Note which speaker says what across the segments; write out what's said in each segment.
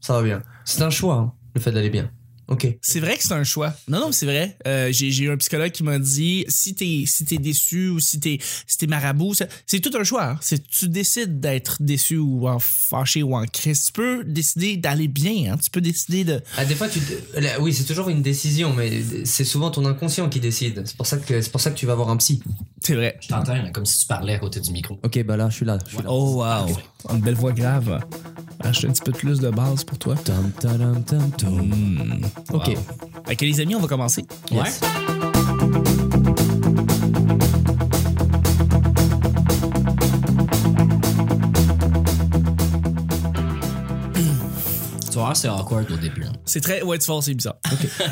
Speaker 1: Ça va bien. C'est un choix, hein, le fait d'aller bien. Ok.
Speaker 2: C'est vrai que c'est un choix. Non, non, c'est vrai. Euh, j'ai, j'ai eu un psychologue qui m'a dit si t'es si t'es déçu ou si t'es si t'es marabout, ça- c'est tout un choix. hein. C'est tu décides d'être déçu ou en fâché ou en crise. Tu peux décider d'aller bien. hein. Tu peux décider de.
Speaker 1: Ah, des fois, tu te- là, oui, c'est toujours une décision, mais c'est souvent ton inconscient qui décide. C'est pour ça que c'est pour ça que tu vas voir un psy.
Speaker 2: C'est vrai.
Speaker 3: Je t'entends là, comme si tu parlais à côté du micro.
Speaker 1: Ok, bah là, je suis là. Je suis là.
Speaker 2: Oh wow, une belle voix grave. Acheter un petit peu plus de base pour toi. Hmm.
Speaker 1: Tam, tadam, tam, tom. Ok.
Speaker 3: Wow.
Speaker 2: Ok les amis, on va commencer.
Speaker 1: Yes.
Speaker 3: Ouais. Tu vas voir, c'est awkward au début. hein.
Speaker 2: C'est très. Ouais, tu vois, c'est bizarre.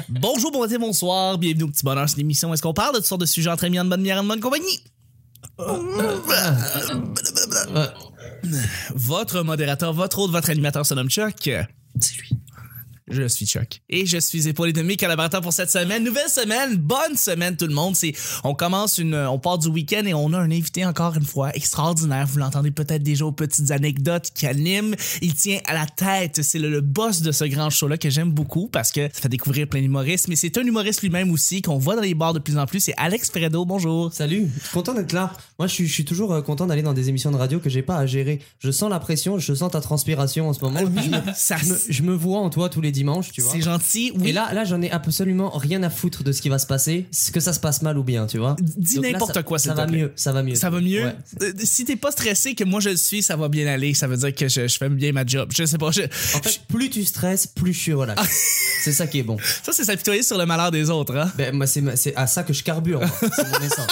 Speaker 2: Bonjour, bon matin, bonsoir. Bienvenue au petit bonheur. C'est l'émission. où Est-ce qu'on parle de toutes sortes de sujets entre amis, en bonne manière, en bonne compagnie? Votre modérateur, votre autre, votre animateur se nomme Chuck.
Speaker 3: C'est lui.
Speaker 2: Je suis Chuck. Et je suis épaulé de mes collaborateurs pour cette semaine. Nouvelle semaine. Bonne semaine, tout le monde. C'est, on commence une, on part du week-end et on a un invité encore une fois extraordinaire. Vous l'entendez peut-être déjà aux petites anecdotes qui animent. Il tient à la tête. C'est le, le boss de ce grand show-là que j'aime beaucoup parce que ça fait découvrir plein d'humoristes. Mais c'est un humoriste lui-même aussi qu'on voit dans les bars de plus en plus. C'est Alex Fredo. Bonjour.
Speaker 4: Salut, content d'être là. Moi, je suis, je suis toujours euh, content d'aller dans des émissions de radio que j'ai pas à gérer. Je sens la pression, je sens ta transpiration en ce
Speaker 1: Ah
Speaker 4: moment. je, me,
Speaker 2: Ça,
Speaker 4: je me- je me vois en toi tous les dimanches, tu vois.
Speaker 2: c'est gentil. Oui.
Speaker 4: Et là, là, j'en ai absolument rien à foutre de ce qui va se passer, c- que ça se passe mal ou bien, tu vois.
Speaker 2: Dis
Speaker 4: Donc là,
Speaker 2: n'importe
Speaker 4: ça-
Speaker 2: quoi, s'il
Speaker 4: Ça
Speaker 2: te
Speaker 4: va
Speaker 2: plaît.
Speaker 4: mieux, ça va mieux.
Speaker 2: Ça va mieux.
Speaker 4: Ouais.
Speaker 2: Euh, Si t'es pas stressé que moi je le suis, ça va bien aller. Ça veut dire que je, je fais bien ma job. Je sais pas. je-
Speaker 4: En fait, plus tu stresses, plus je suis relax. c'est ça qui est bon.
Speaker 2: ça, c'est s'apitoyer sur le malheur des autres. Hein?
Speaker 4: Ben, moi, c'est ma- c'est à ça que je carbure. moi. C'est mon essence.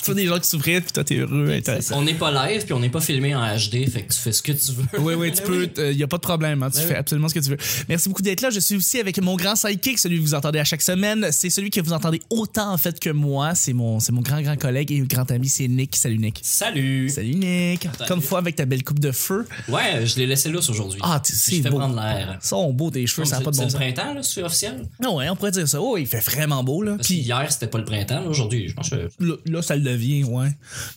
Speaker 2: Tu vois des gens qui souffrent, puis toi, t'es heureux. intéressant.
Speaker 3: On n'est pas live puis on n'est pas filmé en HD, fait que tu fais ce que tu veux.
Speaker 2: Oui, oui, tu peux. Il n'y a pas de problème.
Speaker 3: Ben
Speaker 2: hein, tu fais absolument ce que tu veux. Merci beaucoup d'être là. Je suis aussi avec mon grand sidekick, celui que vous entendez à chaque semaine. C'est celui que vous entendez autant, en fait, que moi. C'est mon, c'est mon grand, grand collègue et grand ami. C'est Nick. Salut, Nick.
Speaker 3: Salut!
Speaker 2: Salut, Nick. Comme fois avec ta belle coupe de feu.
Speaker 3: Ouais, je l'ai laissé lousse aujourd'hui.
Speaker 2: Ah, tu-
Speaker 3: Je
Speaker 2: c'est
Speaker 3: fais
Speaker 2: beau.
Speaker 3: prendre l'air.
Speaker 2: Ça, on beau tes cheveux, ça n'a
Speaker 3: C'est
Speaker 2: pas de bon
Speaker 3: c'est
Speaker 2: sens.
Speaker 3: le printemps, là, c'est officiel?
Speaker 2: Non, ouais, on pourrait dire ça. Oh, il fait vraiment beau, là.
Speaker 3: Parce que
Speaker 2: Puis
Speaker 3: hier, c'était pas le printemps, là, aujourd'hui, je pense que.
Speaker 2: Là, là, ça le devient, ouais.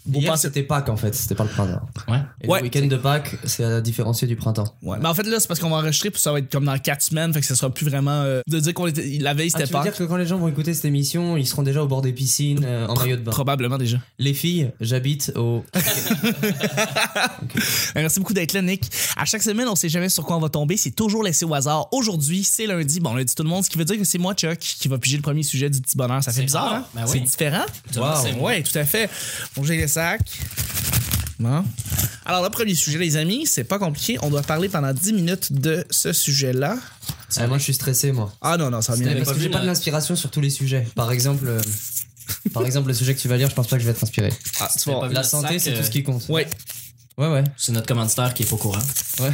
Speaker 2: Bon,
Speaker 4: Hier,
Speaker 2: pensez-
Speaker 4: c'était Pâques en fait, c'était pas le printemps.
Speaker 3: Ouais.
Speaker 4: Et
Speaker 2: Ouais.
Speaker 4: le week-end de Pâques, c'est à différencier du printemps.
Speaker 2: ouais. Mais en fait, là, c'est parce qu'on va enregistrer, puis ça va être comme dans 4 semaines, fait que ça sera plus vraiment. euh, de dire qu'on était. La veille,
Speaker 4: Ah,
Speaker 2: c'était
Speaker 4: tu veux
Speaker 2: pas.
Speaker 4: dire que quand les gens vont écouter cette émission, ils seront déjà au bord des piscines, euh, en maillot de bain.
Speaker 2: Probablement déjà.
Speaker 4: Les filles, j'habite au.
Speaker 2: Euh, Merci beaucoup d'être là, Nick. À chaque semaine, on sait jamais sur quoi on va tomber. C'est toujours laissé au hasard. Aujourd'hui, c'est lundi. Bon, lundi tout le monde, ce qui veut dire que c'est moi, Chuck, qui va piger le premier sujet du petit bonheur. Ça fait
Speaker 3: C'est
Speaker 2: bizarre,
Speaker 3: rare,
Speaker 2: hein?
Speaker 3: ben oui.
Speaker 2: C'est différent.
Speaker 3: Wow. C'est moi.
Speaker 2: Ouais, tout à fait. Bon, j'ai les sacs. Bon. Alors, le premier sujet, les amis, c'est pas compliqué. On doit parler pendant 10 minutes de ce sujet-là.
Speaker 4: Ah, moi, je suis stressé, moi.
Speaker 2: Ah non, non, ça va bien.
Speaker 3: C'était
Speaker 4: Mais
Speaker 3: T'avais
Speaker 4: parce
Speaker 3: pas
Speaker 4: que j'ai
Speaker 3: vu
Speaker 4: pas
Speaker 3: la-
Speaker 4: de l'inspiration sur tous les sujets. Par exemple, euh, par exemple, le sujet que tu vas lire, je pense pas que je vais être inspiré.
Speaker 2: Ah, tu
Speaker 3: T'avais
Speaker 2: vois.
Speaker 3: pas vu
Speaker 4: La
Speaker 3: notre
Speaker 4: santé,
Speaker 3: sac,
Speaker 4: c'est
Speaker 3: euh,
Speaker 4: tout ce qui compte.
Speaker 2: Ouais.
Speaker 4: ouais, ouais.
Speaker 3: C'est notre commanditaire qui est pas au courant.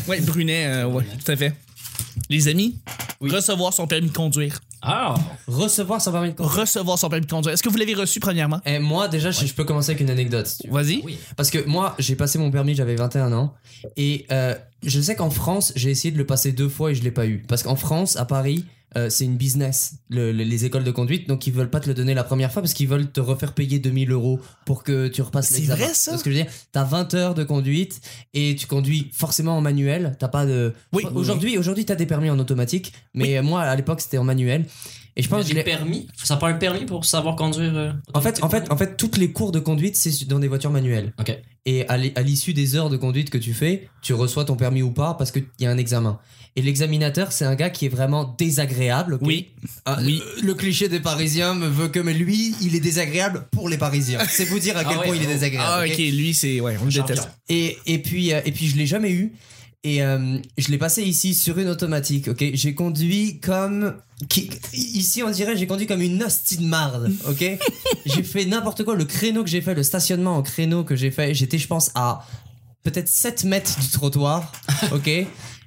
Speaker 2: Ouais, Brunet, euh, ouais, tout à fait. Les amis, recevoir son permis de conduire.
Speaker 3: Ah!
Speaker 4: Recevoir sans permis de conduire.
Speaker 2: Recevoir son permis de conduire. Est-ce que vous l'avez reçu premièrement?
Speaker 4: Et moi, déjà, je, je peux commencer avec une anecdote. si tu veux.
Speaker 2: Vas-y.
Speaker 3: Oui.
Speaker 4: Parce que moi, j'ai passé mon permis, j'avais 21 ans. Et euh, je sais qu'en France, j'ai essayé de le passer deux fois et je l'ai pas eu. Parce qu'en France, à Paris, euh, c'est une business, le- le- les écoles de conduite. Donc, ils veulent pas te le donner la première fois parce qu'ils veulent te refaire payer 2000 euros pour que tu repasses
Speaker 2: C'est
Speaker 4: l'examen.
Speaker 2: vrai, ça
Speaker 4: Parce que je veux dire, t'as 20 heures de conduite et tu conduis forcément en manuel. T'as pas de.
Speaker 2: Oui, oui,
Speaker 4: Aujourd'hui, aujourd'hui, t'as des permis en automatique. Mais moi, à l'époque, c'était en manuel. Et je pense que je
Speaker 3: J'ai
Speaker 4: l'ai-
Speaker 3: permis. Ça prend un permis pour savoir conduire. euh,
Speaker 4: en fait, en fait, en fait, toutes les cours de conduite, c'est dans des voitures manuelles.
Speaker 3: Ok.
Speaker 4: Et à l'é- à l'issue des heures de conduite que tu fais, tu reçois ton permis ou pas parce qu'il y a un examen. Et l'examinateur, c'est un gars qui est vraiment désagréable. ok
Speaker 2: Oui.
Speaker 4: Ah,
Speaker 2: oui.
Speaker 4: euh, Le cliché des Parisiens me veut que, mais lui, il est désagréable pour les Parisiens. C'est vous dire à
Speaker 3: Ah
Speaker 4: quel
Speaker 3: ouais,
Speaker 4: point il est
Speaker 3: oh.
Speaker 4: désagréable.
Speaker 2: Ah,
Speaker 4: ok
Speaker 2: ok, lui, c'est. Ouais, on le
Speaker 3: Champion.
Speaker 2: déteste.
Speaker 4: et, et puis, euh, et puis je l'ai jamais eu. Et euh, je l'ai passé ici sur une automatique, ok J'ai conduit comme... qui- ici, on dirait j'ai conduit comme une hostie de marde, ok J'ai fait n'importe quoi. Le créneau que j'ai fait, le stationnement en créneau que j'ai fait, j'étais, je pense, à peut-être 7 mètres du trottoir, ok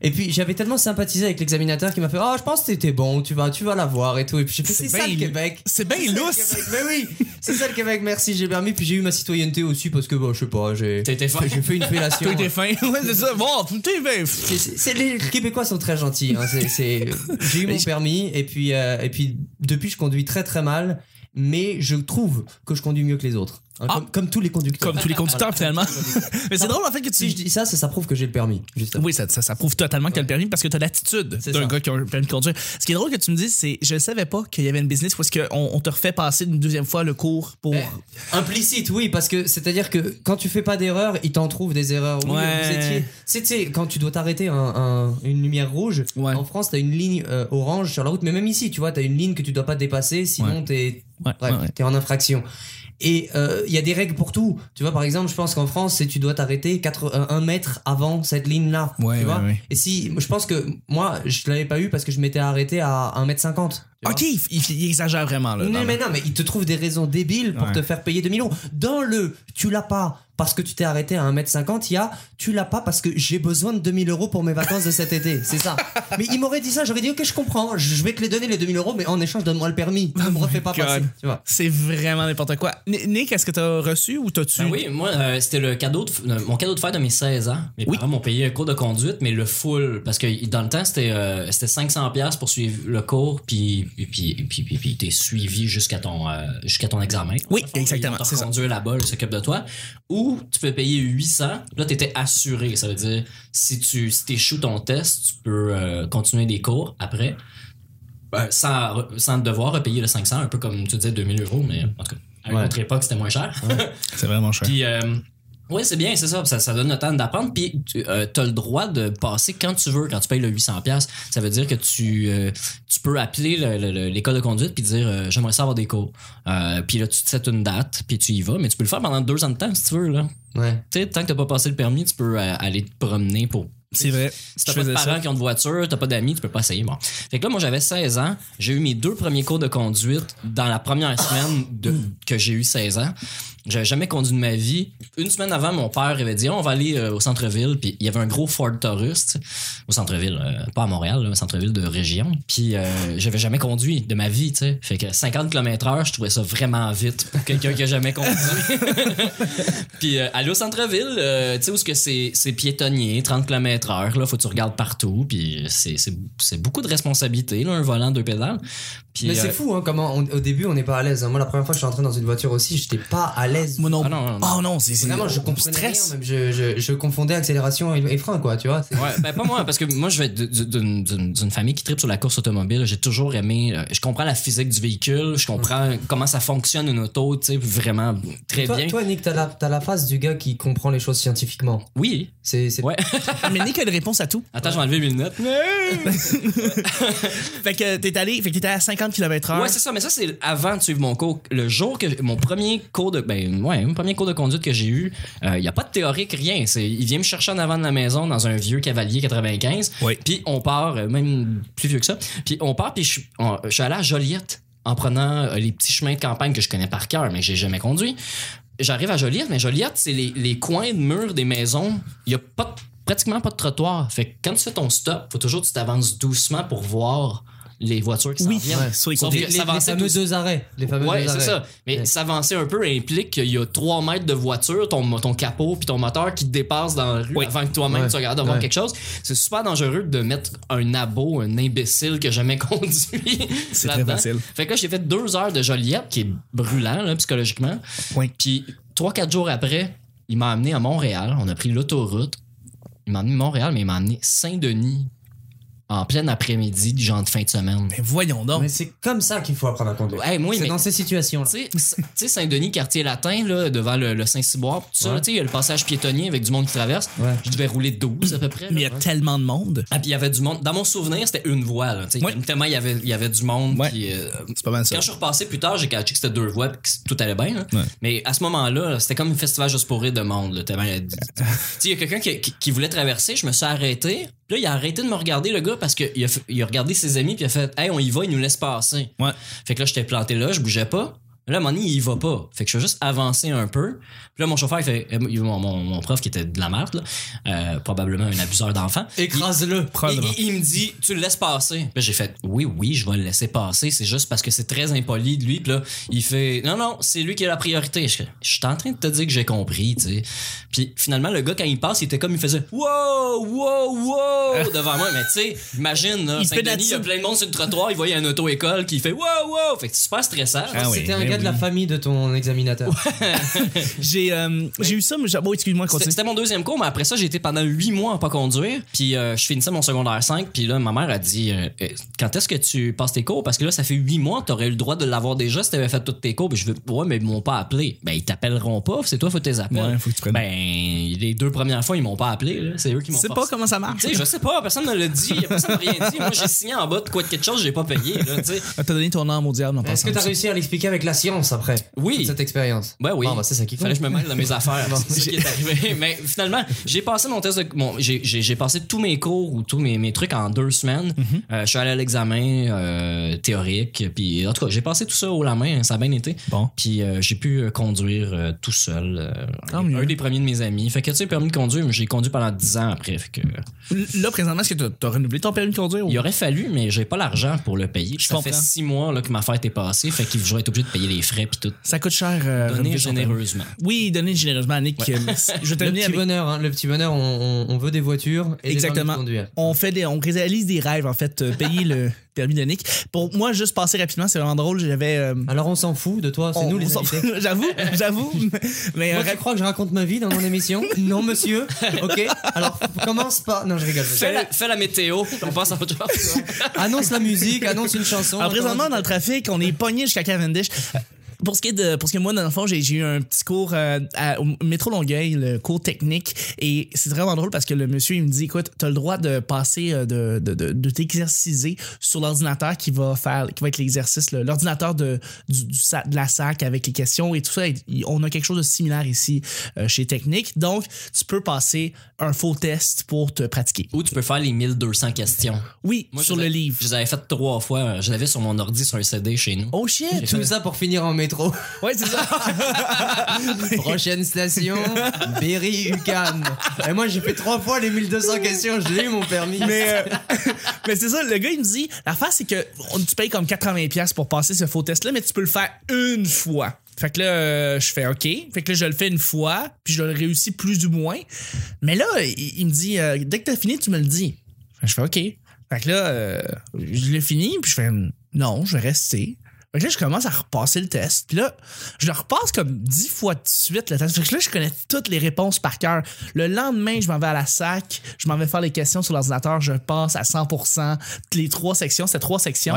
Speaker 4: Et puis, j'avais tellement sympathisé avec l'examinateur qui m'a fait « Oh, je pense que t'étais bon, tu vas, tu vas l'avoir et tout. » Et puis, j'ai fait «
Speaker 2: C'est
Speaker 4: C'est ça
Speaker 2: bien
Speaker 4: le
Speaker 2: il-
Speaker 4: Québec !»
Speaker 2: C'est bien lousse.
Speaker 4: Québec, Mais oui, c'est ça le Québec, merci, j'ai permis. Puis j'ai eu ma citoyenneté aussi parce que, bon, je sais pas, j'ai.
Speaker 3: T'as été fin.
Speaker 4: J'ai fait une fellation.
Speaker 2: Toi, t'es fin. Ouais, c'est ça. Bon, t'es bien.
Speaker 4: C'est- c'est- c'est- les Québécois sont très gentils. hein, c'est- c'est- J'ai eu mon permis et puis, euh, et puis depuis, je conduis très très mal, mais je trouve que je conduis mieux que les autres. Hein,
Speaker 2: Ah.
Speaker 4: Comme, comme tous les conducteurs.
Speaker 2: Comme tous les conducteurs, finalement. Mais c'est drôle, en fait, que
Speaker 4: Si
Speaker 2: tu.
Speaker 4: je dis ça, ça, ça prouve que j'ai le permis. Juste
Speaker 2: Oui, ça, ça, ça prouve totalement que t'as le permis parce que t'as l'attitude
Speaker 4: C'est
Speaker 2: d'un
Speaker 4: ça.
Speaker 2: gars qui a un permis de conduire. Ce qui est drôle que tu me dises, c'est je savais pas qu'il y avait une business parce qu'on on te refait passer une deuxième fois le cours pour.
Speaker 4: Ben, Implicite, oui, parce que c'est-à-dire que quand tu fais pas d'erreur, il t'en trouve des erreurs. Oui,
Speaker 2: Ouais.
Speaker 4: vous étiez- c'est- tu sais, quand tu dois t'arrêter un- un- une lumière rouge,
Speaker 2: Ouais.
Speaker 4: en France, t'as une ligne euh, orange sur la route, mais même ici, tu vois, t'as une ligne que tu dois pas dépasser, sinon t'es
Speaker 2: Ouais,
Speaker 4: bref,
Speaker 2: ouais, ouais.
Speaker 4: t'es en infraction. Et euh, il y a des règles pour tout. Tu vois, par exemple, je pense qu'en France, c'est tu dois t'arrêter 4 euh, un mètre avant cette ligne-là.
Speaker 2: Ouais,
Speaker 4: tu vois
Speaker 2: ouais, ouais.
Speaker 4: Et si, je pense que moi, je l'avais pas eu parce que je m'étais arrêté à 1 mètre 50. tu vois.
Speaker 2: Ok, il, il- il exagère vraiment, Ah, Oh là. dans
Speaker 4: Non,
Speaker 2: le-
Speaker 4: mais non, mais ils te trouvent des raisons débiles pour
Speaker 2: Ouais.
Speaker 4: te faire payer 2000 euros. Dans le tu l'as pas parce que tu t'es arrêté à 1m50, il y a tu l'as pas parce que j'ai besoin de 2000 euros pour mes vacances de cet été. C'est ça. Mais ils m'auraient dit ça, j'aurais dit ok, je comprends, je vais te les donner les 2000 euros, mais en échange, donne-moi le permis. Ne me refais pas
Speaker 2: Ah, God.
Speaker 4: passer. Tu vois.
Speaker 2: C'est vraiment n'importe quoi. Ni- Nick, est-ce que t'as reçu ou t'as-tu.
Speaker 3: Ben oui, moi, euh, c'était le cadeau de, f- euh, mon cadeau de fête de mes 16 ans. Mes
Speaker 2: Oui.
Speaker 3: parents m'ont payé un cours de conduite, mais le full. Parce que dans le temps, c'était euh, c'était 500$ pour suivre le cours, puis, puis, puis, puis, puis, puis t'es suivi jusqu'à ton, euh, jusqu'à ton examen.
Speaker 2: Oui,
Speaker 3: Dans le fond,
Speaker 2: exactement,
Speaker 3: Ils
Speaker 2: c'est ça.
Speaker 3: t'ont conduit là-bas, ils s'occupent de toi. Ou tu peux payer 800$, là, t'étais assuré. Ça veut dire, si tu si t'échoues ton test, tu peux euh, continuer les cours après. Ben, sans, re- sans devoir repayer le 500, un peu comme tu disais 2000 euros, mais en tout cas, à une
Speaker 4: Ouais.
Speaker 3: autre époque, c'était moins cher.
Speaker 2: C'est vraiment cher.
Speaker 3: Puis, euh, ouais, c'est bien, c'est ça. ça. Ça donne le temps d'apprendre. Puis, tu as le droit de passer quand tu veux, quand tu payes le 800$. Ça veut dire que tu, euh, tu peux appeler le- le- le- l'école de conduite puis dire euh, J'aimerais ça avoir des cours. Euh, puis là, tu te sets une date, puis tu y vas. Mais tu peux le faire pendant deux ans de temps si tu veux. Là.
Speaker 4: Ouais.
Speaker 3: Tu sais, tant que tu pas passé le permis, tu peux euh, aller te promener pour
Speaker 2: C'est vrai.
Speaker 3: si
Speaker 2: Je
Speaker 3: t'as pas de
Speaker 2: faisais ça.
Speaker 3: parents qui ont de voiture, t'as pas d'amis, tu peux pas essayer. Bon. Fait que là, moi, j'avais 16 ans. J'ai eu mes deux premiers cours de conduite dans la première semaine de- que j'ai eu 16 ans. J'avais jamais conduit de ma vie. Une semaine avant, mon père avait dit on va aller euh, au centre-ville. Puis il y avait un gros Ford Taurus tu sais, au centre-ville, euh, pas à Montréal, là, au centre-ville de région. Puis euh, j'avais jamais conduit de ma vie, tu sais. Fait que 50 km/h, je trouvais ça vraiment vite pour quelqu'un qui a jamais conduit. Puis euh, aller au centre-ville, euh, tu sais, où ce que c'est, c'est piétonnier, 30 km heure, là, faut que tu regardes partout, puis c'est, c'est, c'est beaucoup de responsabilités, là, un volant, deux pédales. Puis,
Speaker 4: Mais c'est
Speaker 3: euh,
Speaker 4: fou, hein, comment on- au début, on n'est pas à l'aise. hein. Moi, la première fois que je suis entré dans une voiture aussi, j'étais pas à l'aise.
Speaker 2: Moi non.
Speaker 3: Ah non, non, non.
Speaker 2: Oh non, c'est. c'est-
Speaker 4: Vraiment, je
Speaker 2: on
Speaker 4: comprenais rien,
Speaker 2: stresse.
Speaker 4: même. Je, je- je confondais accélération et, et frein, quoi, tu vois. C'est-
Speaker 3: Ouais, ben pas moi, parce que moi, je vais d- d- d'une d'une- d'une famille qui tripe sur la course automobile. J'ai toujours aimé. euh, Je comprends la physique du véhicule, je comprends comment ça fonctionne une auto, tu sais, vraiment très
Speaker 4: Toi,
Speaker 3: bien.
Speaker 4: toi, Nick, t'as la, t'as la face du gars qui comprend les choses scientifiquement.
Speaker 3: Oui.
Speaker 4: C'est c'est-
Speaker 3: Ouais.
Speaker 2: Ah, Mais Nick a une réponse à tout.
Speaker 3: Attends, je vais enlever mes lunettes.
Speaker 2: Fait que t'es allé, fait que t'étais à 50 km/h.
Speaker 3: Ouais, c'est ça, mais ça, c'est avant de suivre mon cours. Le jour que. Mon premier cours de. Ben, ouais, mon premier cours de conduite que j'ai eu, il n'y a pas de théorique, rien. C'est, il vient me chercher en avant de la maison dans un vieux cavalier 95.
Speaker 2: Oui.
Speaker 3: Puis on part, euh, même plus vieux que ça. Puis on part, puis je suis on- je suis allé à Joliette en prenant euh, les petits chemins de campagne que je connais par cœur, mais que j'ai jamais conduit. J'arrive à Joliette, mais Joliette, c'est les, les coins de murs des maisons. Il n'y a pas de- pratiquement pas de trottoir. Fait que quand tu fais ton stop, faut toujours que tu t'avances doucement pour voir les voitures qui s'en
Speaker 2: Oui,
Speaker 3: viennent.
Speaker 2: ouais, sur les
Speaker 3: Sauf
Speaker 2: côtés.
Speaker 3: que
Speaker 4: les, les
Speaker 3: s'avancer
Speaker 4: fameux
Speaker 3: tout-
Speaker 4: deux arrêts. Les fameux
Speaker 3: Ouais,
Speaker 4: deux
Speaker 3: c'est
Speaker 4: arrêts.
Speaker 3: ça. Mais
Speaker 4: Ouais.
Speaker 3: s'avancer un peu implique qu'il y a 3 mètres de voiture, ton, ton capot puis ton moteur qui te dépassent dans la rue
Speaker 2: Oui.
Speaker 3: avant que toi-même
Speaker 4: Ouais.
Speaker 3: tu regardes devant
Speaker 4: Ouais.
Speaker 3: quelque chose. C'est super dangereux de mettre un abo, un imbécile que jamais conduit.
Speaker 2: C'est
Speaker 3: là-dedans.
Speaker 2: très facile.
Speaker 3: Fait que là, j'ai fait deux heures de Joliette qui est brûlant là, psychologiquement.
Speaker 2: Oui.
Speaker 3: Puis 3-4 jours après, il m'a amené à Montréal. On a pris l'autoroute. Il m'a amené à Montréal, mais il m'a amené Saint-Denis en plein après-midi, du genre de fin de semaine.
Speaker 2: Mais Ben, voyons donc.
Speaker 4: Mais c'est comme ça qu'il faut apprendre à conduire.
Speaker 3: Hey, moi, il
Speaker 4: c'est
Speaker 3: m'a-
Speaker 4: dans ces situations-là.
Speaker 3: Tu sais, tu sais, Saint-Denis, quartier latin, là, devant le, le Saint-Cyboire, tout ça,
Speaker 4: Ouais.
Speaker 3: tu sais, il y a le passage piétonnier avec du monde qui traverse.
Speaker 4: Ouais.
Speaker 3: Je devais rouler 12 à peu près. là.
Speaker 2: Mais il y a tellement de monde.
Speaker 3: Ah, puis il y avait du monde. Dans mon souvenir, c'était une voie, là, tu sais,
Speaker 2: Ouais.
Speaker 3: Tellement il y avait, il y avait du monde.
Speaker 2: Ouais.
Speaker 3: puis, euh,
Speaker 2: C'est pas mal ça.
Speaker 3: quand je suis repassé plus tard, j'ai catché que c'était deux voies puis que tout allait bien. là.
Speaker 2: Ouais.
Speaker 3: Mais à ce moment-là, c'était comme un festival juste pour rire de monde. là, tellement il y a- tu sais, il y a quelqu'un qui, qui- qui voulait traverser, je me suis arrêté. Puis là, il a arrêté de me regarder, le gars, parce qu'il a, fait- il a regardé ses amis puis il a fait Hey, on y va, il nous laisse passer.
Speaker 2: Ouais.
Speaker 3: Fait que là, j'étais planté là, je bougeais pas. Là, à un moment donné, il y va pas. Fait que je suis juste avancé un peu. Puis là, mon chauffeur, il fait. euh, il- Mon, mon- mon prof qui était de la merde, là, euh, probablement un abuseur d'enfants.
Speaker 4: Écrase-le.
Speaker 3: Et-
Speaker 2: Probablement.
Speaker 3: et- il me dit, tu le laisses passer. Puis j'ai fait, oui, oui, je vais le laisser passer. C'est juste parce que c'est très impoli de lui. Puis là, il fait, non, non, c'est lui qui a la priorité. Je, fais, je suis en train de te dire que j'ai compris, tu sais. Puis finalement, le gars, quand il passe, il était comme, il faisait, wow, wow, wow, devant moi. Mais tu sais, imagine, là,
Speaker 2: Il se fait
Speaker 3: Saint-Denis, il y a
Speaker 2: là-dessus.
Speaker 3: plein de monde sur le trottoir, il voyait un auto-école qui fait, wow, wow. Fait que c'est super stressant.
Speaker 2: Ah oui,
Speaker 4: C'était un
Speaker 2: mais
Speaker 4: gars gars de la famille de ton examinateur.
Speaker 2: J'ai euh, j'ai eu ça, mais j'ai- bon, excuse-moi,
Speaker 3: C'était
Speaker 2: continue.
Speaker 3: c'était mon deuxième cours, mais après ça, j'ai été pendant huit mois à pas conduire. Puis euh, je finissais mon secondaire 5. Puis là, ma mère a dit euh, Euh, Quand est-ce que tu passes tes cours Parce que là, ça fait huit mois, t'aurais eu le droit de l'avoir déjà si t'avais fait tous tes cours. Puis je veux Ouais, mais ils m'ont pas appelé. Ben, ils t'appelleront pas. C'est toi, faut tes appels.
Speaker 2: Ouais, faut que tu prennes.
Speaker 3: Ben, les deux premières fois, ils m'ont pas appelé. là. C'est eux qui m'ont
Speaker 2: C'est pas
Speaker 3: forcé.
Speaker 2: comment ça marche.
Speaker 3: Tu sais, je sais pas, personne ne l'a dit, personne n'a rien dit. Moi, j'ai signé en bas de quoi de quelque chose, j'ai pas payé. Là, tu sais.
Speaker 2: Ah, T'as donné ton âme au diable en
Speaker 1: Est-ce
Speaker 2: passant.
Speaker 1: que t'as réussi à l'expliquer avec la science après
Speaker 3: Oui.
Speaker 1: Cette expérience
Speaker 3: Ben oui.
Speaker 1: Bon, bah, c'est ça qui compte.
Speaker 3: Fallait que je me mêle de mes affaires. c'est ça qui est arrivé. Mais finalement, j'ai passé mon test de. Bon, j'ai- j'ai j'ai passé tous mes cours ou tous mes, mes trucs en deux semaines.
Speaker 1: Mhm.
Speaker 3: Euh, je suis allé à l'examen euh, théorique. Puis, en tout cas, j'ai passé tout ça haut la main. hein, ça a bien été.
Speaker 2: Bon.
Speaker 3: Puis, euh, j'ai pu euh, conduire euh, tout seul. euh,
Speaker 2: Tant
Speaker 3: un,
Speaker 2: mieux.
Speaker 3: un des premiers de mes amis. Fait que, tu sais, permis de conduire, mais j'ai conduit pendant 10 ans après. Fait que,
Speaker 2: Là, présentement, est-ce que t'as- t'as renouvelé ton permis de
Speaker 1: Oh.
Speaker 2: conduire? ou-
Speaker 3: il aurait fallu, mais j'ai pas l'argent pour le payer.
Speaker 2: Je
Speaker 3: ça fait
Speaker 2: comprends.
Speaker 3: 6 mois là, que ma fête est passée. Fait que j'aurais été obligé de payer les frais puis tout.
Speaker 2: Ça coûte cher. euh,
Speaker 3: Donner
Speaker 2: renouveler son permis.
Speaker 3: généreusement.
Speaker 2: Oui, donner généreusement à Nick. euh, merci. Je vais
Speaker 4: Le
Speaker 2: terminer
Speaker 4: petit
Speaker 2: avec.
Speaker 4: bonheur, hein, le petit bonheur, on, on- on veut des voitures et
Speaker 2: Exactement.
Speaker 4: des permis de conduire.
Speaker 2: On fait des, on réalise des rêves en fait. euh, payer le permis de Nick. Pour moi, juste passer rapidement, c'est vraiment drôle. J'avais. euh,
Speaker 4: Alors on s'en fout de toi, Ah, c'est
Speaker 2: on-
Speaker 4: nous
Speaker 2: on
Speaker 4: les
Speaker 2: s'en-
Speaker 4: invités.
Speaker 2: J'avoue, j'avoue. Mais euh,
Speaker 4: Moi, tu crois que je raconte ma vie dans mon émission Non, monsieur. Ok. Alors, commence pas. Non, je rigole. je
Speaker 3: Fais
Speaker 4: rigole.
Speaker 3: la, fais la météo, on passe à autre chose.
Speaker 4: Annonce la musique, annonce une chanson.
Speaker 2: Alors, présentement, dans le trafic, on est pogné jusqu'à Cavendish. Pour ce qui est de, pour ce que moi, dans le fond, j'ai j'ai eu un petit cours euh, à- au métro Longueuil, le cours technique, et c'est vraiment drôle parce que le monsieur, il me dit, écoute, t'as le droit de passer, euh, de, de, de, de t'exerciser sur l'ordinateur qui va faire, qui va être l'exercice, le- l'ordinateur de, du, du sa- de la sac avec les questions et tout ça. Et il- on a quelque chose de similaire ici euh, chez Technique. Donc, tu peux passer un faux test pour te pratiquer.
Speaker 3: Ou tu peux faire les 1200 questions.
Speaker 2: Oui,
Speaker 3: Moi, je
Speaker 2: sur
Speaker 3: les
Speaker 2: le
Speaker 3: ai-
Speaker 2: livre.
Speaker 3: Je les avais faites trois fois. Je l'avais sur mon ordi, sur un CD chez nous.
Speaker 2: Oh shit!
Speaker 4: Tout ça pour finir en métro.
Speaker 2: Ouais, c'est ça.
Speaker 4: Prochaine station, berry ucam Et moi, j'ai fait trois fois les 1200 questions. Je l'ai eu, mon permis.
Speaker 2: Mais, euh, mais c'est ça, le gars, il me dit, l'affaire, c'est que on- tu payes comme 80$ pour passer ce faux test-là, mais tu peux le faire une fois. Fait que là, euh, je fais OK. Fait que là, je le fais une fois, puis je le réussis plus ou moins. Mais là, il, il me dit, euh, dès que t'as fini, tu me le dis. Fait que je fais OK. Fait que là, euh, je l'ai fini, puis je fais non, je vais rester. Fait que là, je commence à repasser le test. Puis là, je le repasse comme dix fois de suite, le test. Fait que là, je connais toutes les réponses par cœur. Le lendemain, je m'en vais à la sac, je m'en vais faire les questions sur l'ordinateur, je passe à 100%. Les trois sections, c'était trois sections.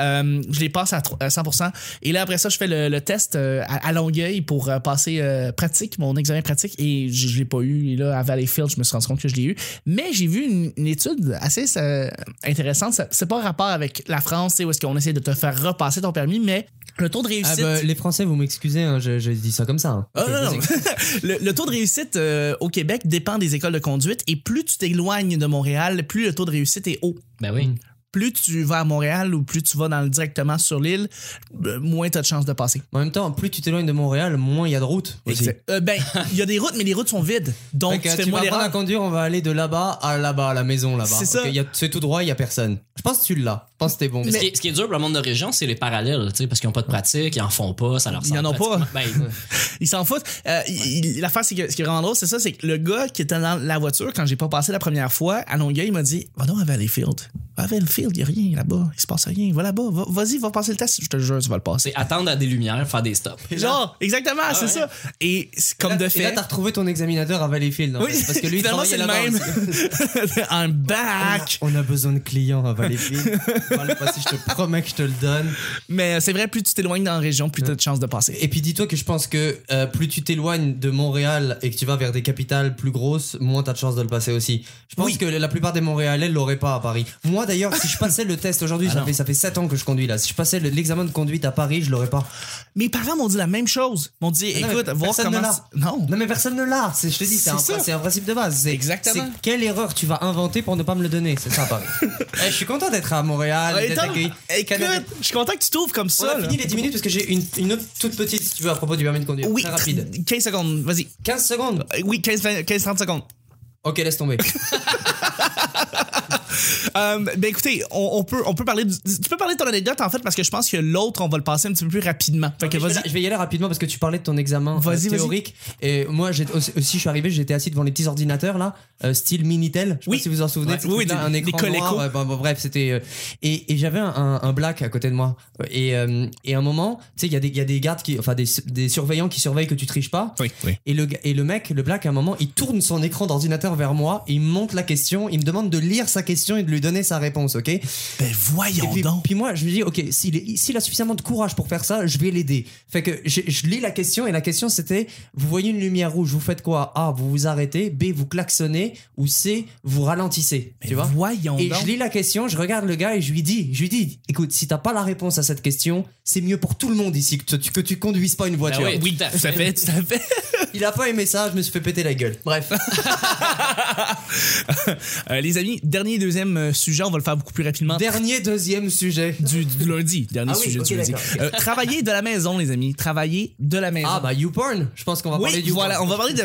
Speaker 2: Euh, je les passe à, tro- à 100%. Et là, après ça, je fais le, le test euh, à, à Longueuil pour euh, passer euh, pratique, mon examen pratique. Et je, je l'ai pas eu. Et là, à Valleyfield, je me suis rendu compte que je l'ai eu. Mais j'ai vu une, une étude assez euh, intéressante. Ça- C'est pas un rapport avec la France, tu sais, où est-ce qu'on essaie de te faire repasser ton permis, mais le taux de
Speaker 4: Ah
Speaker 2: réussite.
Speaker 4: bah, les Français, vous m'excusez, hein, je, je dis ça comme ça. hein.
Speaker 2: Ah, non, non. le, le taux de réussite euh, au Québec dépend des écoles de conduite et plus tu t'éloignes de Montréal, plus le taux de réussite est haut.
Speaker 3: Ben oui.
Speaker 2: Plus tu vas à Montréal ou plus tu vas dans le- directement sur l'île, euh, moins tu as de chances de passer.
Speaker 4: En même temps, plus tu t'éloignes de Montréal, moins il y a de routes. aussi.
Speaker 2: Exact. Euh, ben, il y a des routes, mais les routes sont vides.
Speaker 4: Fait
Speaker 2: Donc,
Speaker 4: que
Speaker 2: tu fais
Speaker 4: tu vas
Speaker 2: moins
Speaker 4: apprendre à
Speaker 2: d'erreurs.
Speaker 4: conduire, on va aller de là-bas à là-bas, à la maison là-bas.
Speaker 2: C'est ça.
Speaker 4: Ok, il y a- C'est tout droit, il y a personne. Je pense que tu l'as. Je pense que t'es bon.
Speaker 3: Ce, qui est, ce qui est dur pour le monde de région, c'est les parallèles, tu sais, parce qu'ils n'ont pas de pratique, ils en font pas, ça leur
Speaker 2: Ils en
Speaker 3: semble
Speaker 2: ont pas.
Speaker 3: pratiquement- Ben,
Speaker 2: Ils s'en foutent. Euh, il- il- L'affaire, c'est que ce qui est vraiment drôle, c'est ça c'est que le gars qui était dans la voiture, quand j'ai pas passé la première fois, à Longueuil, il m'a dit Va donc à Valleyfield. Va à Valleyfield, il a rien là-bas. Il se passe rien. Va là-bas. Va- Vas-y, va passer le test. Je te jure, tu vas le passer.
Speaker 3: c'est attendre à des lumières, faire des stops. Ben
Speaker 2: Genre, exactement, c'est ça. Et c'est comme
Speaker 4: Ah Et
Speaker 2: de
Speaker 4: là-
Speaker 2: fait.
Speaker 4: Et là, t'as retrouvé ton examinateur à Valleyfield. en
Speaker 2: Oui,
Speaker 4: fait, parce que lui, il
Speaker 2: finalement, c'est le
Speaker 4: travaillait
Speaker 2: même.
Speaker 4: là-bas
Speaker 2: Un bac.
Speaker 4: On a besoin de clients à Valleyfield. Va le passer, je te promets que je te le donne.
Speaker 2: Mais euh, c'est vrai, plus tu t'éloignes dans la région, plus tu as de chances de passer.
Speaker 4: Et puis dis-toi que je pense que euh, plus tu t'éloignes de Montréal et que tu vas vers des capitales plus grosses, moins t'as de chances de le passer aussi. Je pense
Speaker 2: Oui.
Speaker 4: que la plupart des Montréalais l'auraient pas à Paris. Moi d'ailleurs, si je passais le test aujourd'hui,
Speaker 2: Ah
Speaker 4: ça,
Speaker 3: non.
Speaker 4: fait, ça fait 7 ans que je conduis là. Si je passais le- l'examen de conduite à Paris, je l'aurais pas.
Speaker 2: Mes parents m'ont dit la même chose. Ils m'ont dit
Speaker 4: Ah Non, mais
Speaker 2: Écoute, voir
Speaker 4: personne
Speaker 2: comment.
Speaker 4: ne l'a.
Speaker 2: Non.
Speaker 4: Non mais personne ne l'a. C'est- Je te dis, c'est
Speaker 2: C'est
Speaker 4: un,
Speaker 2: ça.
Speaker 4: c'est un principe de base. C'est-
Speaker 2: Exactement.
Speaker 4: c'est Quelle erreur tu vas inventer pour ne pas me le donner C'est ça Paris. Eh, je suis content d'être à Montréal.
Speaker 2: Ah,
Speaker 4: d'être
Speaker 2: attends,
Speaker 4: accueilli. Canada-
Speaker 2: écoute, je suis content que tu t'ouvres comme
Speaker 4: On
Speaker 2: ça.
Speaker 4: a
Speaker 2: là.
Speaker 4: fini les 10 minutes parce que j'ai une, une autre toute petite si tu veux à propos du permis de conduire.
Speaker 2: Oui,
Speaker 4: Très rapide.
Speaker 2: 15 secondes, vas-y.
Speaker 4: 15 secondes.
Speaker 2: Euh, Oui, 15-30 secondes.
Speaker 4: Ok, laisse tomber.
Speaker 2: Euh, ben écoutez, on, on peut, on peut parler. du- tu peux parler de ton anecdote en fait parce que je pense que l'autre, on va le passer un petit peu plus rapidement. Fait que
Speaker 4: Je vais
Speaker 2: vas-y.
Speaker 4: la- Je vais y aller rapidement parce que tu parlais de ton examen euh,
Speaker 2: Vas-y, vas-y.
Speaker 4: théorique. Et moi, j'ai aussi, aussi, je suis arrivé, j'étais assis devant les petits ordinateurs là, euh, style Minitel. Je sais
Speaker 2: Oui.
Speaker 4: pas si vous vous en souvenez.
Speaker 2: Ouais,
Speaker 4: ces
Speaker 2: oui,
Speaker 4: trucs-là,
Speaker 2: des-
Speaker 4: un
Speaker 2: des
Speaker 4: écran
Speaker 2: Coleco.
Speaker 4: noir, ouais, bon, bon, bref, c'était. euh, et et j'avais un, un, un black à côté de moi. Et, euh, et à un moment, tu sais, il y, a des- il y a des gardes qui, enfin des, des surveillants qui surveillent que tu triches pas.
Speaker 2: Oui, oui.
Speaker 4: Et le, gars- et le mec, le black, à un moment, il tourne son écran d'ordinateur vers moi, il me montre la question, il me demande de lire sa question et de lui donner sa réponse, ok
Speaker 2: Ben
Speaker 4: et
Speaker 2: voyons
Speaker 4: puis,
Speaker 2: donc.
Speaker 4: puis moi, je me dis, ok, s'il est- s'il a suffisamment de courage pour faire ça, je vais l'aider. Fait que je, je lis la question et la question c'était, vous voyez une lumière rouge, vous faites quoi A, vous vous arrêtez, B, vous klaxonnez, ou C, vous ralentissez.
Speaker 2: Ben
Speaker 4: tu vois
Speaker 2: voyons
Speaker 4: Et
Speaker 2: donc.
Speaker 4: je lis la question, je regarde le gars et je lui dis, je lui dis, écoute, si t'as pas la réponse à cette question, c'est mieux pour tout le monde ici que tu, que tu conduises pas une
Speaker 2: Bah
Speaker 4: voiture.
Speaker 3: oui.
Speaker 2: Oui,
Speaker 3: Tout à
Speaker 2: tout à fait, tout à fait.
Speaker 4: Il a pas aimé ça, je me suis fait péter la gueule. Bref.
Speaker 2: Euh, les amis, dernier et deuxième euh, sujet, on va le faire beaucoup plus rapidement.
Speaker 4: Dernier, deuxième sujet.
Speaker 2: du, du lundi, dernier
Speaker 4: Ah oui,
Speaker 2: sujet
Speaker 4: ok,
Speaker 2: du lundi.
Speaker 4: d'accord, ok.
Speaker 2: Euh, travailler de la maison, les amis. Travailler de la maison.
Speaker 4: Ah bah YouPorn, je pense qu'on va parler
Speaker 2: oui,
Speaker 4: du
Speaker 2: voilà, on va parler de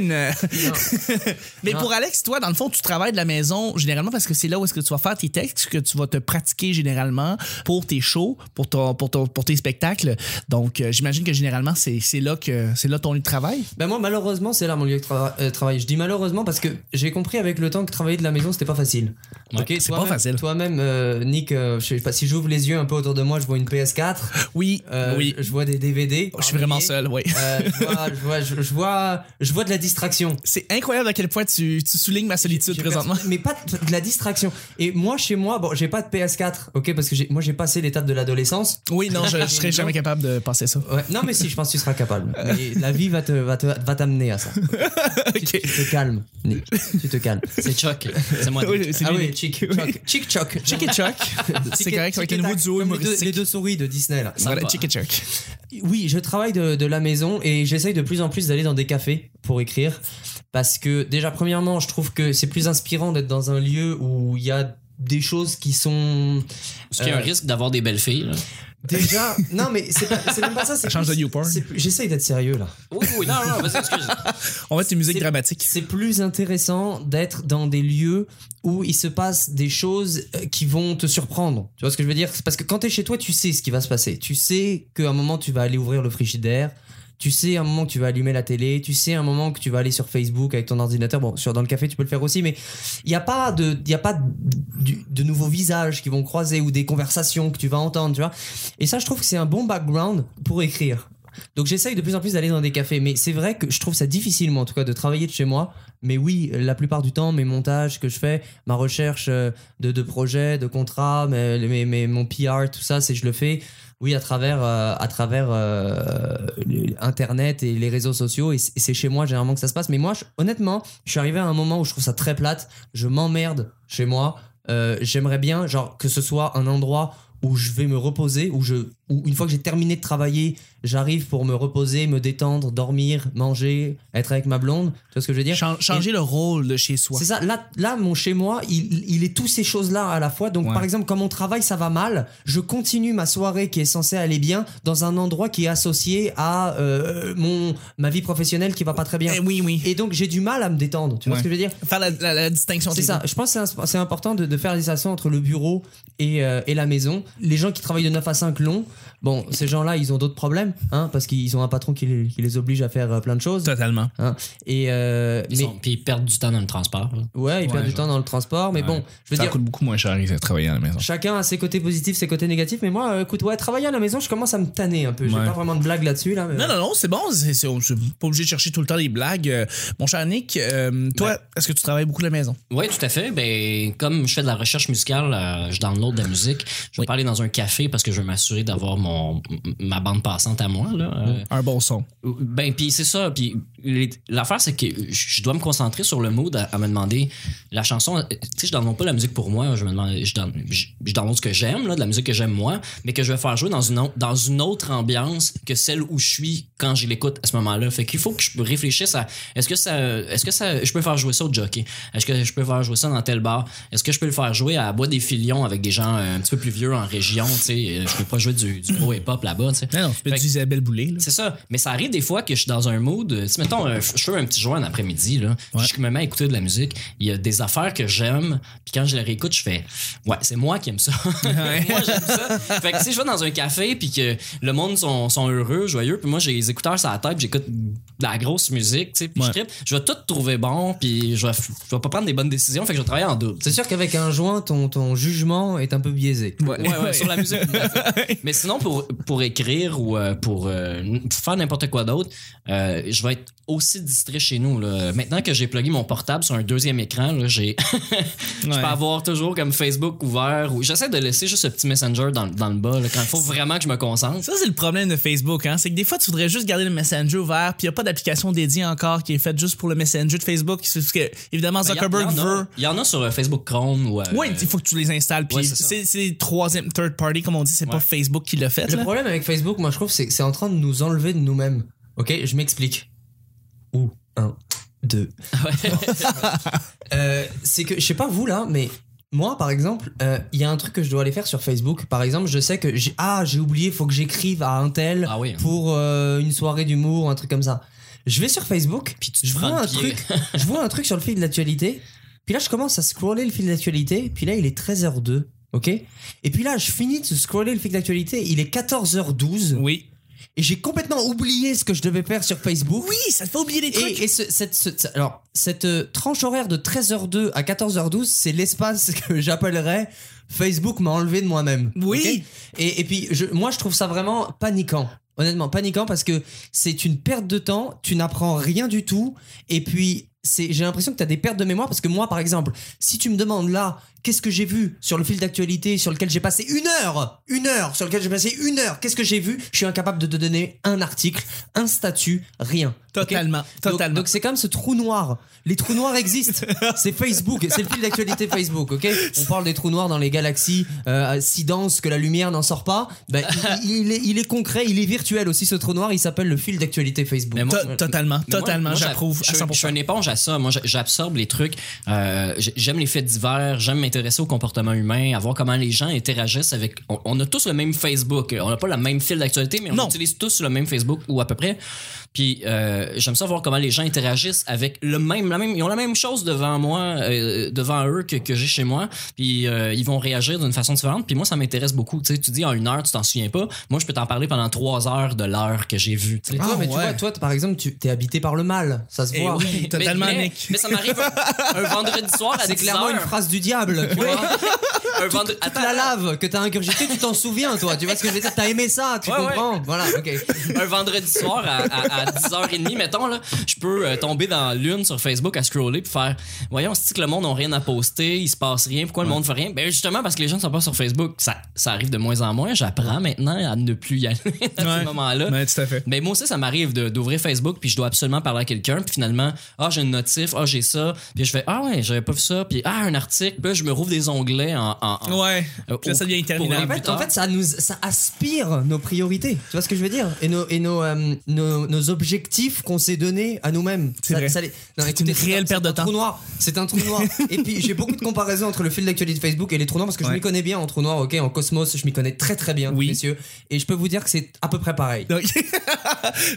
Speaker 2: porn. Mais
Speaker 4: Non.
Speaker 2: pour Alex, toi, dans le fond, tu travailles de la maison généralement parce que c'est là où est-ce que tu vas faire tes textes, que tu vas te pratiquer généralement pour tes shows, pour ton, pour ton- pour tes spectacles. Donc, euh, j'imagine que généralement, c'est c'est là que c'est là ton lieu de travail.
Speaker 4: Ben moi, malheureusement, c'est là mon lieu de trava- euh, travail. Je dis malheureusement parce que j'ai compris avec le temps que travailler de la maison, c'était pas facile.
Speaker 3: Ouais,
Speaker 4: Ok,
Speaker 2: c'est
Speaker 4: toi-même-
Speaker 2: pas facile.
Speaker 4: Toi-même, euh, Nick, euh, je sais pas, si j'ouvre les yeux un peu autour de moi, je vois une PS4,
Speaker 2: Oui,
Speaker 4: euh,
Speaker 2: oui. Oh,
Speaker 4: je vois des DVD.
Speaker 2: Je suis vraiment
Speaker 4: par milliers.
Speaker 2: seul, oui.
Speaker 4: Euh, je, vois, je, vois, je, je vois, je vois de la distraction.
Speaker 2: C'est incroyable à quel point tu, tu soulignes ma solitude
Speaker 4: J'ai
Speaker 2: présentement.
Speaker 4: perso- Mais pas de de la distraction. Et moi, chez moi, bon, j'ai pas de PS4, ok, parce que j'ai- moi, j'ai passé l'étape de l'adolescence.
Speaker 2: Oui, non, je, je serais jamais capable de passer ça.
Speaker 4: Ouais, Non, mais si, je pense que tu seras capable. Mais la vie va te, va te, va t'amener à ça. Tu, tu te calmes, Nick. Tu te calmes.
Speaker 3: C'est Chuck. C'est moi.
Speaker 2: Oui, c'est
Speaker 4: ah
Speaker 2: lui,
Speaker 4: oui,
Speaker 2: Nick.
Speaker 4: Chick
Speaker 2: Oui.
Speaker 4: Choc. Chick Choc.
Speaker 2: Chick et Chuck. C'est correct, c'est avec le nouveau duo
Speaker 4: Comme les deux- Les
Speaker 2: humoristique.
Speaker 4: deux souris de Disney, là.
Speaker 2: Voilà,
Speaker 3: Sympa.
Speaker 2: Chick et Chuck.
Speaker 4: Oui, je travaille de, de la maison et j'essaye de plus en plus d'aller dans des cafés pour écrire. Parce que, déjà, premièrement, je trouve que c'est plus inspirant d'être dans un lieu où il y a des choses qui sont
Speaker 3: Est-ce qu'il y a un
Speaker 4: Euh,
Speaker 3: risque d'avoir des belles filles? là?
Speaker 4: déjà non mais c'est pas- c'est même pas ça c'est
Speaker 2: Change
Speaker 4: plus-
Speaker 2: de YouPorn.
Speaker 4: c'est plus- j'essaye d'être sérieux là
Speaker 3: Oui, oui, non, non, vas-y, excuse.
Speaker 2: On va être une musique
Speaker 4: C'est-
Speaker 2: dramatique.
Speaker 4: C'est plus intéressant d'être dans des lieux où il se passe des choses euh, qui vont te surprendre. Tu vois ce que je veux dire C'est Parce que quand t'es chez toi, tu sais ce qui va se passer. Tu sais qu'à un moment, tu vas aller ouvrir le frigidaire. Tu sais un moment que tu vas allumer la télé. Tu sais un moment que tu vas aller sur Facebook avec ton ordinateur. Bon, sur, dans le café, tu peux le faire aussi, mais il n'y a pas, de, il y a pas de, du- de nouveaux visages qui vont croiser ou des conversations que tu vas entendre, tu vois. Et ça, je trouve que c'est un bon background pour écrire. Donc j'essaye de plus en plus d'aller dans des cafés, mais c'est vrai que je trouve ça difficile, moi en tout cas, de travailler de chez moi. Mais oui, la plupart du temps, mes montages que je fais, ma recherche euh, de, de projets, de contrats, mais, mais, mais mon PR, tout ça, c'est je le fais, oui, à travers, euh, à travers euh, le- Internet et les réseaux sociaux. Et c- et c'est chez moi généralement que ça se passe. Mais moi, je- honnêtement, je suis arrivé à un moment où je trouve ça très plate. Je m'emmerde chez moi. Euh, J'aimerais bien, genre, que ce soit un endroit où je vais me reposer, où, je, où une fois que j'ai terminé de travailler, j'arrive pour me reposer, me détendre, dormir, manger, être avec ma blonde. Tu vois ce que je veux dire
Speaker 2: Chan- changer le rôle de chez soi.
Speaker 4: c'est ça. Là, là, mon chez moi, il, il est toutes ces choses-là à la fois. Donc,
Speaker 2: Ouais.
Speaker 4: par exemple, quand mon travail ça va mal, je continue ma soirée qui est censée aller bien dans un endroit qui est associé à euh, mon ma vie professionnelle qui va pas très bien.
Speaker 2: Eh oui, oui.
Speaker 4: Et donc, j'ai du mal à me détendre. Tu vois
Speaker 2: Ouais.
Speaker 4: ce que je veux dire
Speaker 2: Faire la, la- la distinction.
Speaker 4: c'est
Speaker 2: entre
Speaker 4: ça. Je pense que c'est un- c'est important de, de faire la distinction entre le bureau et, euh, et la maison. Les gens qui travaillent de 9 à 5 long, bon, ces gens-là, ils ont d'autres problèmes, hein, parce qu'ils ont un patron qui les, qui les oblige à faire euh, plein de
Speaker 2: les
Speaker 4: choses. hein.
Speaker 2: deux. Totalement.
Speaker 4: Et euh,
Speaker 3: Ils
Speaker 4: mais-
Speaker 3: sont- puis ils perdent du temps dans le transport. là.
Speaker 4: ouais, ils
Speaker 2: Ouais,
Speaker 4: perdent du
Speaker 2: je-
Speaker 4: temps dans le transport. Mais
Speaker 2: Ouais.
Speaker 4: bon, je veux dire,
Speaker 2: beaucoup moins cher de travailler à la maison.
Speaker 4: Chacun a ses côtés positifs, ses côtés négatifs, mais moi, euh, écoute, ouais, travailler à la maison, je commence à me tanner un peu. J'ai
Speaker 2: Ouais.
Speaker 4: pas vraiment de blague là-dessus, là. mais-
Speaker 2: Non, non, non, c'est bon. C'est c'est- on- c'est pas obligé de chercher tout le temps des blagues. Euh, Mon cher Nick, euh, toi, est-ce que tu travailles beaucoup à la maison?
Speaker 3: Oui, tout à fait. Ben, comme je fais de la recherche musicale, euh, je download de la musique. Je vais
Speaker 2: Oui.
Speaker 3: pas aller dans un café parce que je veux m'assurer d'avoir mon m- ma bande passante à moi. Là. Euh,
Speaker 2: Un bon son.
Speaker 3: Ben, puis c'est ça. Puis les- l'affaire, c'est que je dois me concentrer sur le mood à, à me demander la chanson. euh, Tu sais, je download pas la musique pour moi. Je me demande, je, down- je- je download ce que j'aime, là, de la musique que j'aime moi, mais que je vais faire jouer dans une, au- dans une autre ambiance que celle où je suis quand je l'écoute à ce moment-là. Fait qu'il faut que je réfléchisse à est-ce que ça, est-ce que ça, je peux faire jouer ça au jockey? Est-ce que je peux faire jouer ça dans tel bar? Est-ce que je peux le faire jouer à Bois des Filions avec des gens euh, un petit peu plus vieux en en région, tu sais, je peux pas jouer du, du gros hip-hop là-bas, tu sais.
Speaker 2: Non, non, tu peux
Speaker 3: Fait
Speaker 2: dire Isabelle Boulay. là.
Speaker 3: C'est ça. Mais ça arrive des fois que je suis dans un mood. euh, Si, mettons, euh, je fais un petit joint l'après-midi, là.
Speaker 2: Ouais.
Speaker 3: Je me mets à écouter de la musique. Il y a des affaires que j'aime. Puis quand je les réécoute, je fais Ouais, c'est moi qui aime ça. moi, j'aime ça. Fait que si je vais dans un café, puis que le monde sont, sont heureux, joyeux, puis moi, j'ai les écouteurs sur la tête, puis j'écoute de la grosse musique, tu sais, puis
Speaker 2: Ouais.
Speaker 3: je trippe, je vais tout trouver bon, puis je vais, je vais pas prendre des bonnes décisions. Fait que je vais travailler en double. tu
Speaker 4: C'est
Speaker 3: sais.
Speaker 4: sûr qu'avec un joint, ton, ton jugement est un peu biaisé.
Speaker 3: Ouais, ouais, sur la musique. tout à fait. Mais sinon, pour, pour écrire ou euh, pour euh, n- faire n'importe quoi d'autre, euh, je vais être aussi distrait chez nous. là. Maintenant que j'ai plugué mon portable sur un deuxième écran, là, j'ai, je peux
Speaker 2: Ouais.
Speaker 3: avoir toujours comme Facebook ouvert. ou J'essaie de laisser juste ce petit messenger dans, dans le bas là, quand il faut vraiment que je me concentre.
Speaker 2: Ça, c'est le problème de Facebook, hein. C'est que des fois, tu voudrais juste garder le Messenger ouvert, puis il n'y a pas d'application dédiée encore qui est faite juste pour le Messenger de Facebook. C'est Parce que, évidemment,
Speaker 3: Ben, y a-
Speaker 2: Zuckerberg
Speaker 3: y en a-
Speaker 2: veut.
Speaker 3: Il y en a sur euh, Facebook Chrome. Ou, euh,
Speaker 2: Oui, il faut que tu les installes. Puis
Speaker 3: Ouais, c'est ça.
Speaker 2: c'est c'est troisième, third party, comme on dit, c'est pas
Speaker 3: Ouais.
Speaker 2: Facebook qui l'a fait.
Speaker 4: Le
Speaker 2: là.
Speaker 4: problème avec Facebook, moi je trouve, c'est que c'est en train de nous enlever de nous-mêmes. Ok, je m'explique. Ou un, deux.
Speaker 2: Ah
Speaker 4: Euh, c'est que je sais pas vous là, mais moi par exemple, euh, il y a un truc que je dois aller faire sur Facebook. Par exemple, je sais que j'ai ah j'ai oublié, faut que j'écrive à un tel
Speaker 3: Ah oui.
Speaker 4: pour euh, une soirée d'humour, un truc comme ça. Je vais sur Facebook,
Speaker 3: Puis tu te
Speaker 4: je vois
Speaker 3: prends
Speaker 4: un
Speaker 3: le pied.
Speaker 4: truc, je vois un truc sur le fil de l'actualité. Puis là, je commence à scroller le fil d'actualité. Puis là, il est 13h02. OK Et puis là, je finis de scroller le fil d'actualité. Il est 14h12.
Speaker 2: Oui.
Speaker 4: Et j'ai complètement oublié ce que je devais faire sur Facebook.
Speaker 2: Oui, ça te fait oublier des
Speaker 4: Et, et ce- cette, ce- ce- alors, cette euh, tranche horaire de 13h02 à 14h12, c'est l'espace que j'appellerais Facebook m'a enlevé de moi-même.
Speaker 2: Oui.
Speaker 4: Ok et, et puis, je, moi, je trouve ça vraiment paniquant. Honnêtement, paniquant parce que c'est une perte de temps, tu n'apprends rien du tout. Et puis, c'est, j'ai l'impression que tu as des pertes de mémoire parce que moi, par exemple, si tu me demandes là, qu'est-ce que j'ai vu sur le fil d'actualité sur lequel j'ai passé une heure, une heure, sur lequel j'ai passé une heure, qu'est-ce que j'ai vu Je suis incapable de te donner un article, un statut, rien.
Speaker 2: Totalement.
Speaker 4: Donc-
Speaker 2: Totalement.
Speaker 4: Donc c'est comme ce trou noir. Les trous noirs existent. c'est Facebook, c'est le fil d'actualité Facebook, ok On parle des trous noirs dans les galaxies euh, si denses que la lumière n'en sort pas. Ben, il, il est, il est concret, il est virtuel aussi ce trou noir. Il s'appelle le fil d'actualité Facebook.
Speaker 3: Mais moi-
Speaker 2: To- totalement.
Speaker 3: Mais moi-
Speaker 2: Totalement.
Speaker 3: moi, j'a-
Speaker 2: J'approuve
Speaker 3: Je,
Speaker 2: à
Speaker 3: suis- je suis
Speaker 2: 100%.
Speaker 3: une éponge à ça. Moi, j'a- j'absorbe les trucs. Euh, j'ai- j'aime les faits divers. J'aime m'intéresser au comportement humain, à voir comment les gens interagissent avec. On, on a tous le même Facebook. On n'a pas le même fil d'actualité, mais on
Speaker 2: Non.
Speaker 3: utilise tous le même Facebook ou à peu près. Puis euh, j'aime ça voir comment les gens interagissent avec le même, la même. Ils ont la même chose devant moi, euh, devant eux que, que j'ai chez moi. Puis euh, ils vont réagir d'une façon différente. Puis moi, ça m'intéresse beaucoup. Tu sais, tu dis en une heure, tu t'en souviens pas. Moi, je peux t'en parler pendant trois heures de l'heure que j'ai vue. tu
Speaker 4: Mais
Speaker 3: sais.
Speaker 4: toi,
Speaker 2: Ah,
Speaker 4: mais tu
Speaker 2: ouais.
Speaker 4: vois, toi, t- par exemple, tu t'es habité par le mal. Ça se
Speaker 2: Eh
Speaker 4: voit.
Speaker 2: oui. Totalement,
Speaker 3: ben, mais, mais-
Speaker 2: Nick.
Speaker 3: mais ça m'arrive un, un vendredi soir à
Speaker 4: C'est
Speaker 3: 10
Speaker 4: clairement une
Speaker 3: heures,
Speaker 4: phrase du diable. tu
Speaker 3: tu
Speaker 4: vois.
Speaker 3: vois. un vendre-
Speaker 4: Toute
Speaker 3: Attends,
Speaker 4: la lave que t'as ingurgité, tu t'en souviens, toi. Tu vois ce que je veux dire T'as aimé ça, tu
Speaker 3: Ouais, ouais.
Speaker 4: comprends Voilà, ok.
Speaker 3: un vendredi soir à, à, à 10h30, mettons, là, je peux euh, tomber dans l'une sur Facebook à scroller puis faire Voyons, cest que le monde n'a rien à poster, il se passe rien, pourquoi le monde fait rien Ben justement parce que les gens ne sont pas sur Facebook. Ça, ça arrive de moins en moins, j'apprends maintenant à ne plus y aller à
Speaker 2: Ouais.
Speaker 3: ce moment-là.
Speaker 2: Ouais, tout à fait.
Speaker 3: Mais Ben, moi aussi, ça m'arrive de- d'ouvrir Facebook, puis je dois absolument parler à quelqu'un, puis finalement, ah, j'ai une notif, ah, j'ai ça, puis je fais, ah ouais, j'avais pas vu ça, puis ah, un article, puis là, je me rouvre des onglets en. en- en-
Speaker 2: Ouais.
Speaker 3: Euh,
Speaker 2: Puis là, ça devient
Speaker 3: pour-
Speaker 2: interminable.
Speaker 4: En
Speaker 3: plus
Speaker 4: fait, en
Speaker 3: tard.
Speaker 4: fait, ça nous ça aspire nos priorités. Tu vois ce que je veux dire Et nos et nos, euh, nos, nos objectifs qu'on s'est donnés à nous-mêmes.
Speaker 2: C'est
Speaker 4: Ça-
Speaker 2: vrai.
Speaker 4: ça les- Non,
Speaker 2: C'est
Speaker 4: écoutez,
Speaker 2: une réelle
Speaker 4: un-
Speaker 2: perte de
Speaker 4: c'est un
Speaker 2: temps.
Speaker 4: Trou noir. C'est un trou noir. et puis j'ai beaucoup de comparaisons entre le fil d'actualité de Facebook et les trous noirs parce que je
Speaker 2: Ouais.
Speaker 4: m'y connais bien en trou noir. Ok, en cosmos, je m'y connais très très bien,
Speaker 2: Oui.
Speaker 4: messieurs. Et je peux vous dire que c'est à peu près pareil.
Speaker 2: Donc-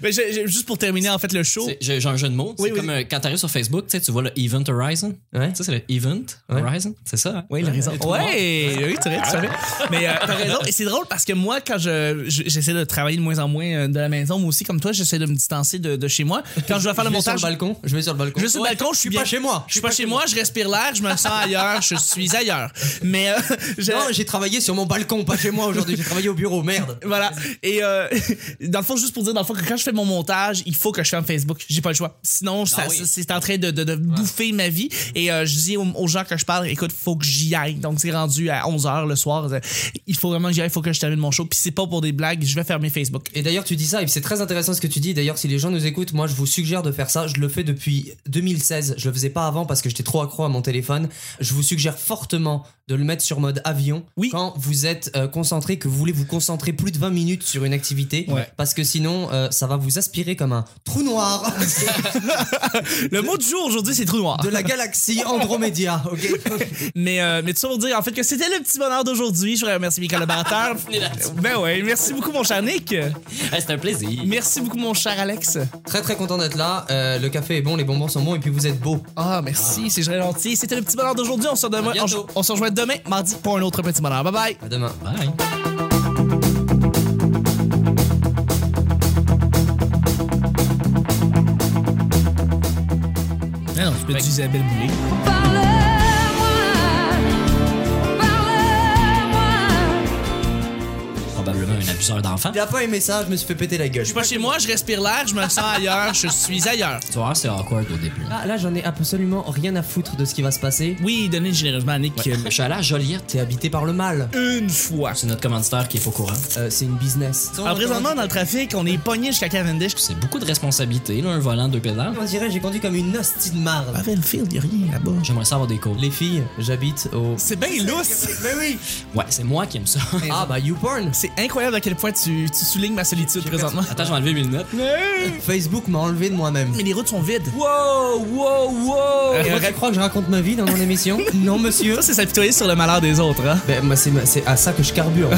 Speaker 2: Mais j'ai- j'ai- juste pour terminer, en fait, le show.
Speaker 3: C'est- J'ai j'ai un jeu de mots.
Speaker 2: Oui,
Speaker 3: c'est
Speaker 2: oui.
Speaker 3: comme euh, quand t'arrives sur Facebook, tu sais, tu vois le Event Horizon.
Speaker 4: Ouais.
Speaker 3: Ça, c'est le Event
Speaker 4: Ouais.
Speaker 3: Horizon. C'est ça. hein?
Speaker 4: Oui, il a raison.
Speaker 2: Ouais, oui, tu as raison. Mais euh, t'as raison. Et c'est drôle parce que moi, quand je je- j'essaie de travailler de moins en moins euh, de la maison, moi aussi, comme toi, j'essaie de me distancer de, de chez moi. Quand je dois faire le
Speaker 4: Je vais sur
Speaker 2: montage,
Speaker 4: le balcon. Je vais sur le balcon.
Speaker 2: je suis sur le balcon, je suis
Speaker 4: suis pas
Speaker 2: bien.
Speaker 4: chez moi.
Speaker 2: Je suis pas chez moi, je respire l'air, je me sens ailleurs, je suis ailleurs. Mais euh, je-
Speaker 4: Non, j'ai travaillé sur mon balcon, pas chez moi aujourd'hui. J'ai travaillé au bureau. Merde.
Speaker 2: Voilà. Et euh, dans le fond, juste pour dire, dans le fond, que quand je fais mon montage, il faut que je ferme Facebook. J'ai pas le choix. Sinon, ça-
Speaker 3: oui.
Speaker 2: ça- c'est en train de, de- de bouffer ma vie. Et euh, je dis aux, aux gens que je parle, écoute, faut que j'y aille. Donc, c'est rendu à 11h le soir. Euh, Il faut vraiment que j'y aille, il faut que je termine mon show. Puis c'est pas pour des blagues, je vais fermer Facebook.
Speaker 4: Et d'ailleurs, tu dis ça, et c'est très intéressant ce que tu dis. D'ailleurs, si les gens nous écoutent, moi, je vous suggère de faire ça. Je le fais depuis 2016. Je le faisais pas avant parce que j'étais trop accro à mon téléphone. Je vous suggère fortement de le mettre sur mode avion
Speaker 2: Oui.
Speaker 4: quand vous êtes euh, concentré, que vous voulez vous concentrer plus de 20 minutes sur une activité,
Speaker 2: Ouais.
Speaker 4: parce que sinon euh, ça va vous aspirer comme un trou noir
Speaker 2: Le mot du jour aujourd'hui, c'est trou noir.
Speaker 4: de la galaxie Andromédia. ok
Speaker 2: Mais, euh, mais tout ça pour dire en fait que c'était le petit bonheur d'aujourd'hui. Je voudrais remercier mes collaborateurs. ben ouais, merci beaucoup mon cher Nick.
Speaker 3: Ah, c'est un plaisir.
Speaker 2: Merci beaucoup mon cher Alex.
Speaker 4: très très content d'être là. Euh, le café est bon, les bonbons sont bons et puis vous êtes beau.
Speaker 2: Ah merci, c'est très gentil. C'était le petit bonheur d'aujourd'hui. On se demain, on,
Speaker 4: bientôt.
Speaker 2: on se rejoint demain mardi pour un autre petit bonheur. Bye bye.
Speaker 4: À demain.
Speaker 3: Bye.
Speaker 2: non, tu peux
Speaker 3: Fait-
Speaker 2: Isabelle Boulay.
Speaker 3: Probablement un abuseur d'enfant.
Speaker 4: Il a pas aimé ça, je me suis fait péter la gueule.
Speaker 2: Je suis pas chez moi, je respire l'air, je me sens ailleurs, je suis ailleurs.
Speaker 3: Tu vois, c'est awkward au début.
Speaker 4: Ah, Là, là, j'en ai absolument rien à foutre de ce qui va se passer.
Speaker 2: Oui, donnez généreusement à Nick euh,
Speaker 3: Ouais. Je suis allé à Joliette.
Speaker 4: T'es habité par le mal.
Speaker 2: une fois.
Speaker 3: C'est notre commanditaire qui est au courant.
Speaker 4: Euh, c'est une business.
Speaker 2: Alors présentement dans le trafic, on est pogné jusqu'à Cavendish.
Speaker 3: C'est beaucoup de responsabilités, là, un volant, deux pédales.
Speaker 4: On dirait j'ai conduit comme une hostie de marde.
Speaker 2: Battlefield, y'a rien là-bas.
Speaker 3: J'aimerais ça avoir des cours.
Speaker 4: Les filles, j'habite au.
Speaker 2: C'est bien lousse.
Speaker 4: Mais oui
Speaker 3: Ouais, c'est moi qui aime ça.
Speaker 4: Ah bah YouPorn
Speaker 2: C'est incroyable à quel point tu, tu soulignes ma solitude présentement.
Speaker 3: Attends, je vais enlever mes lunettes.
Speaker 4: Facebook m'a enlevé de moi-même.
Speaker 2: Mais les routes sont vides.
Speaker 4: Wow, wow, wow
Speaker 2: Euh,
Speaker 4: Tu crois que je raconte ma vie dans mon émission Non, monsieur
Speaker 2: Ça, c'est s'apitoyer sur le malheur des autres, hein?
Speaker 4: Ben, moi, c'est ma- c'est à ça que je carbure.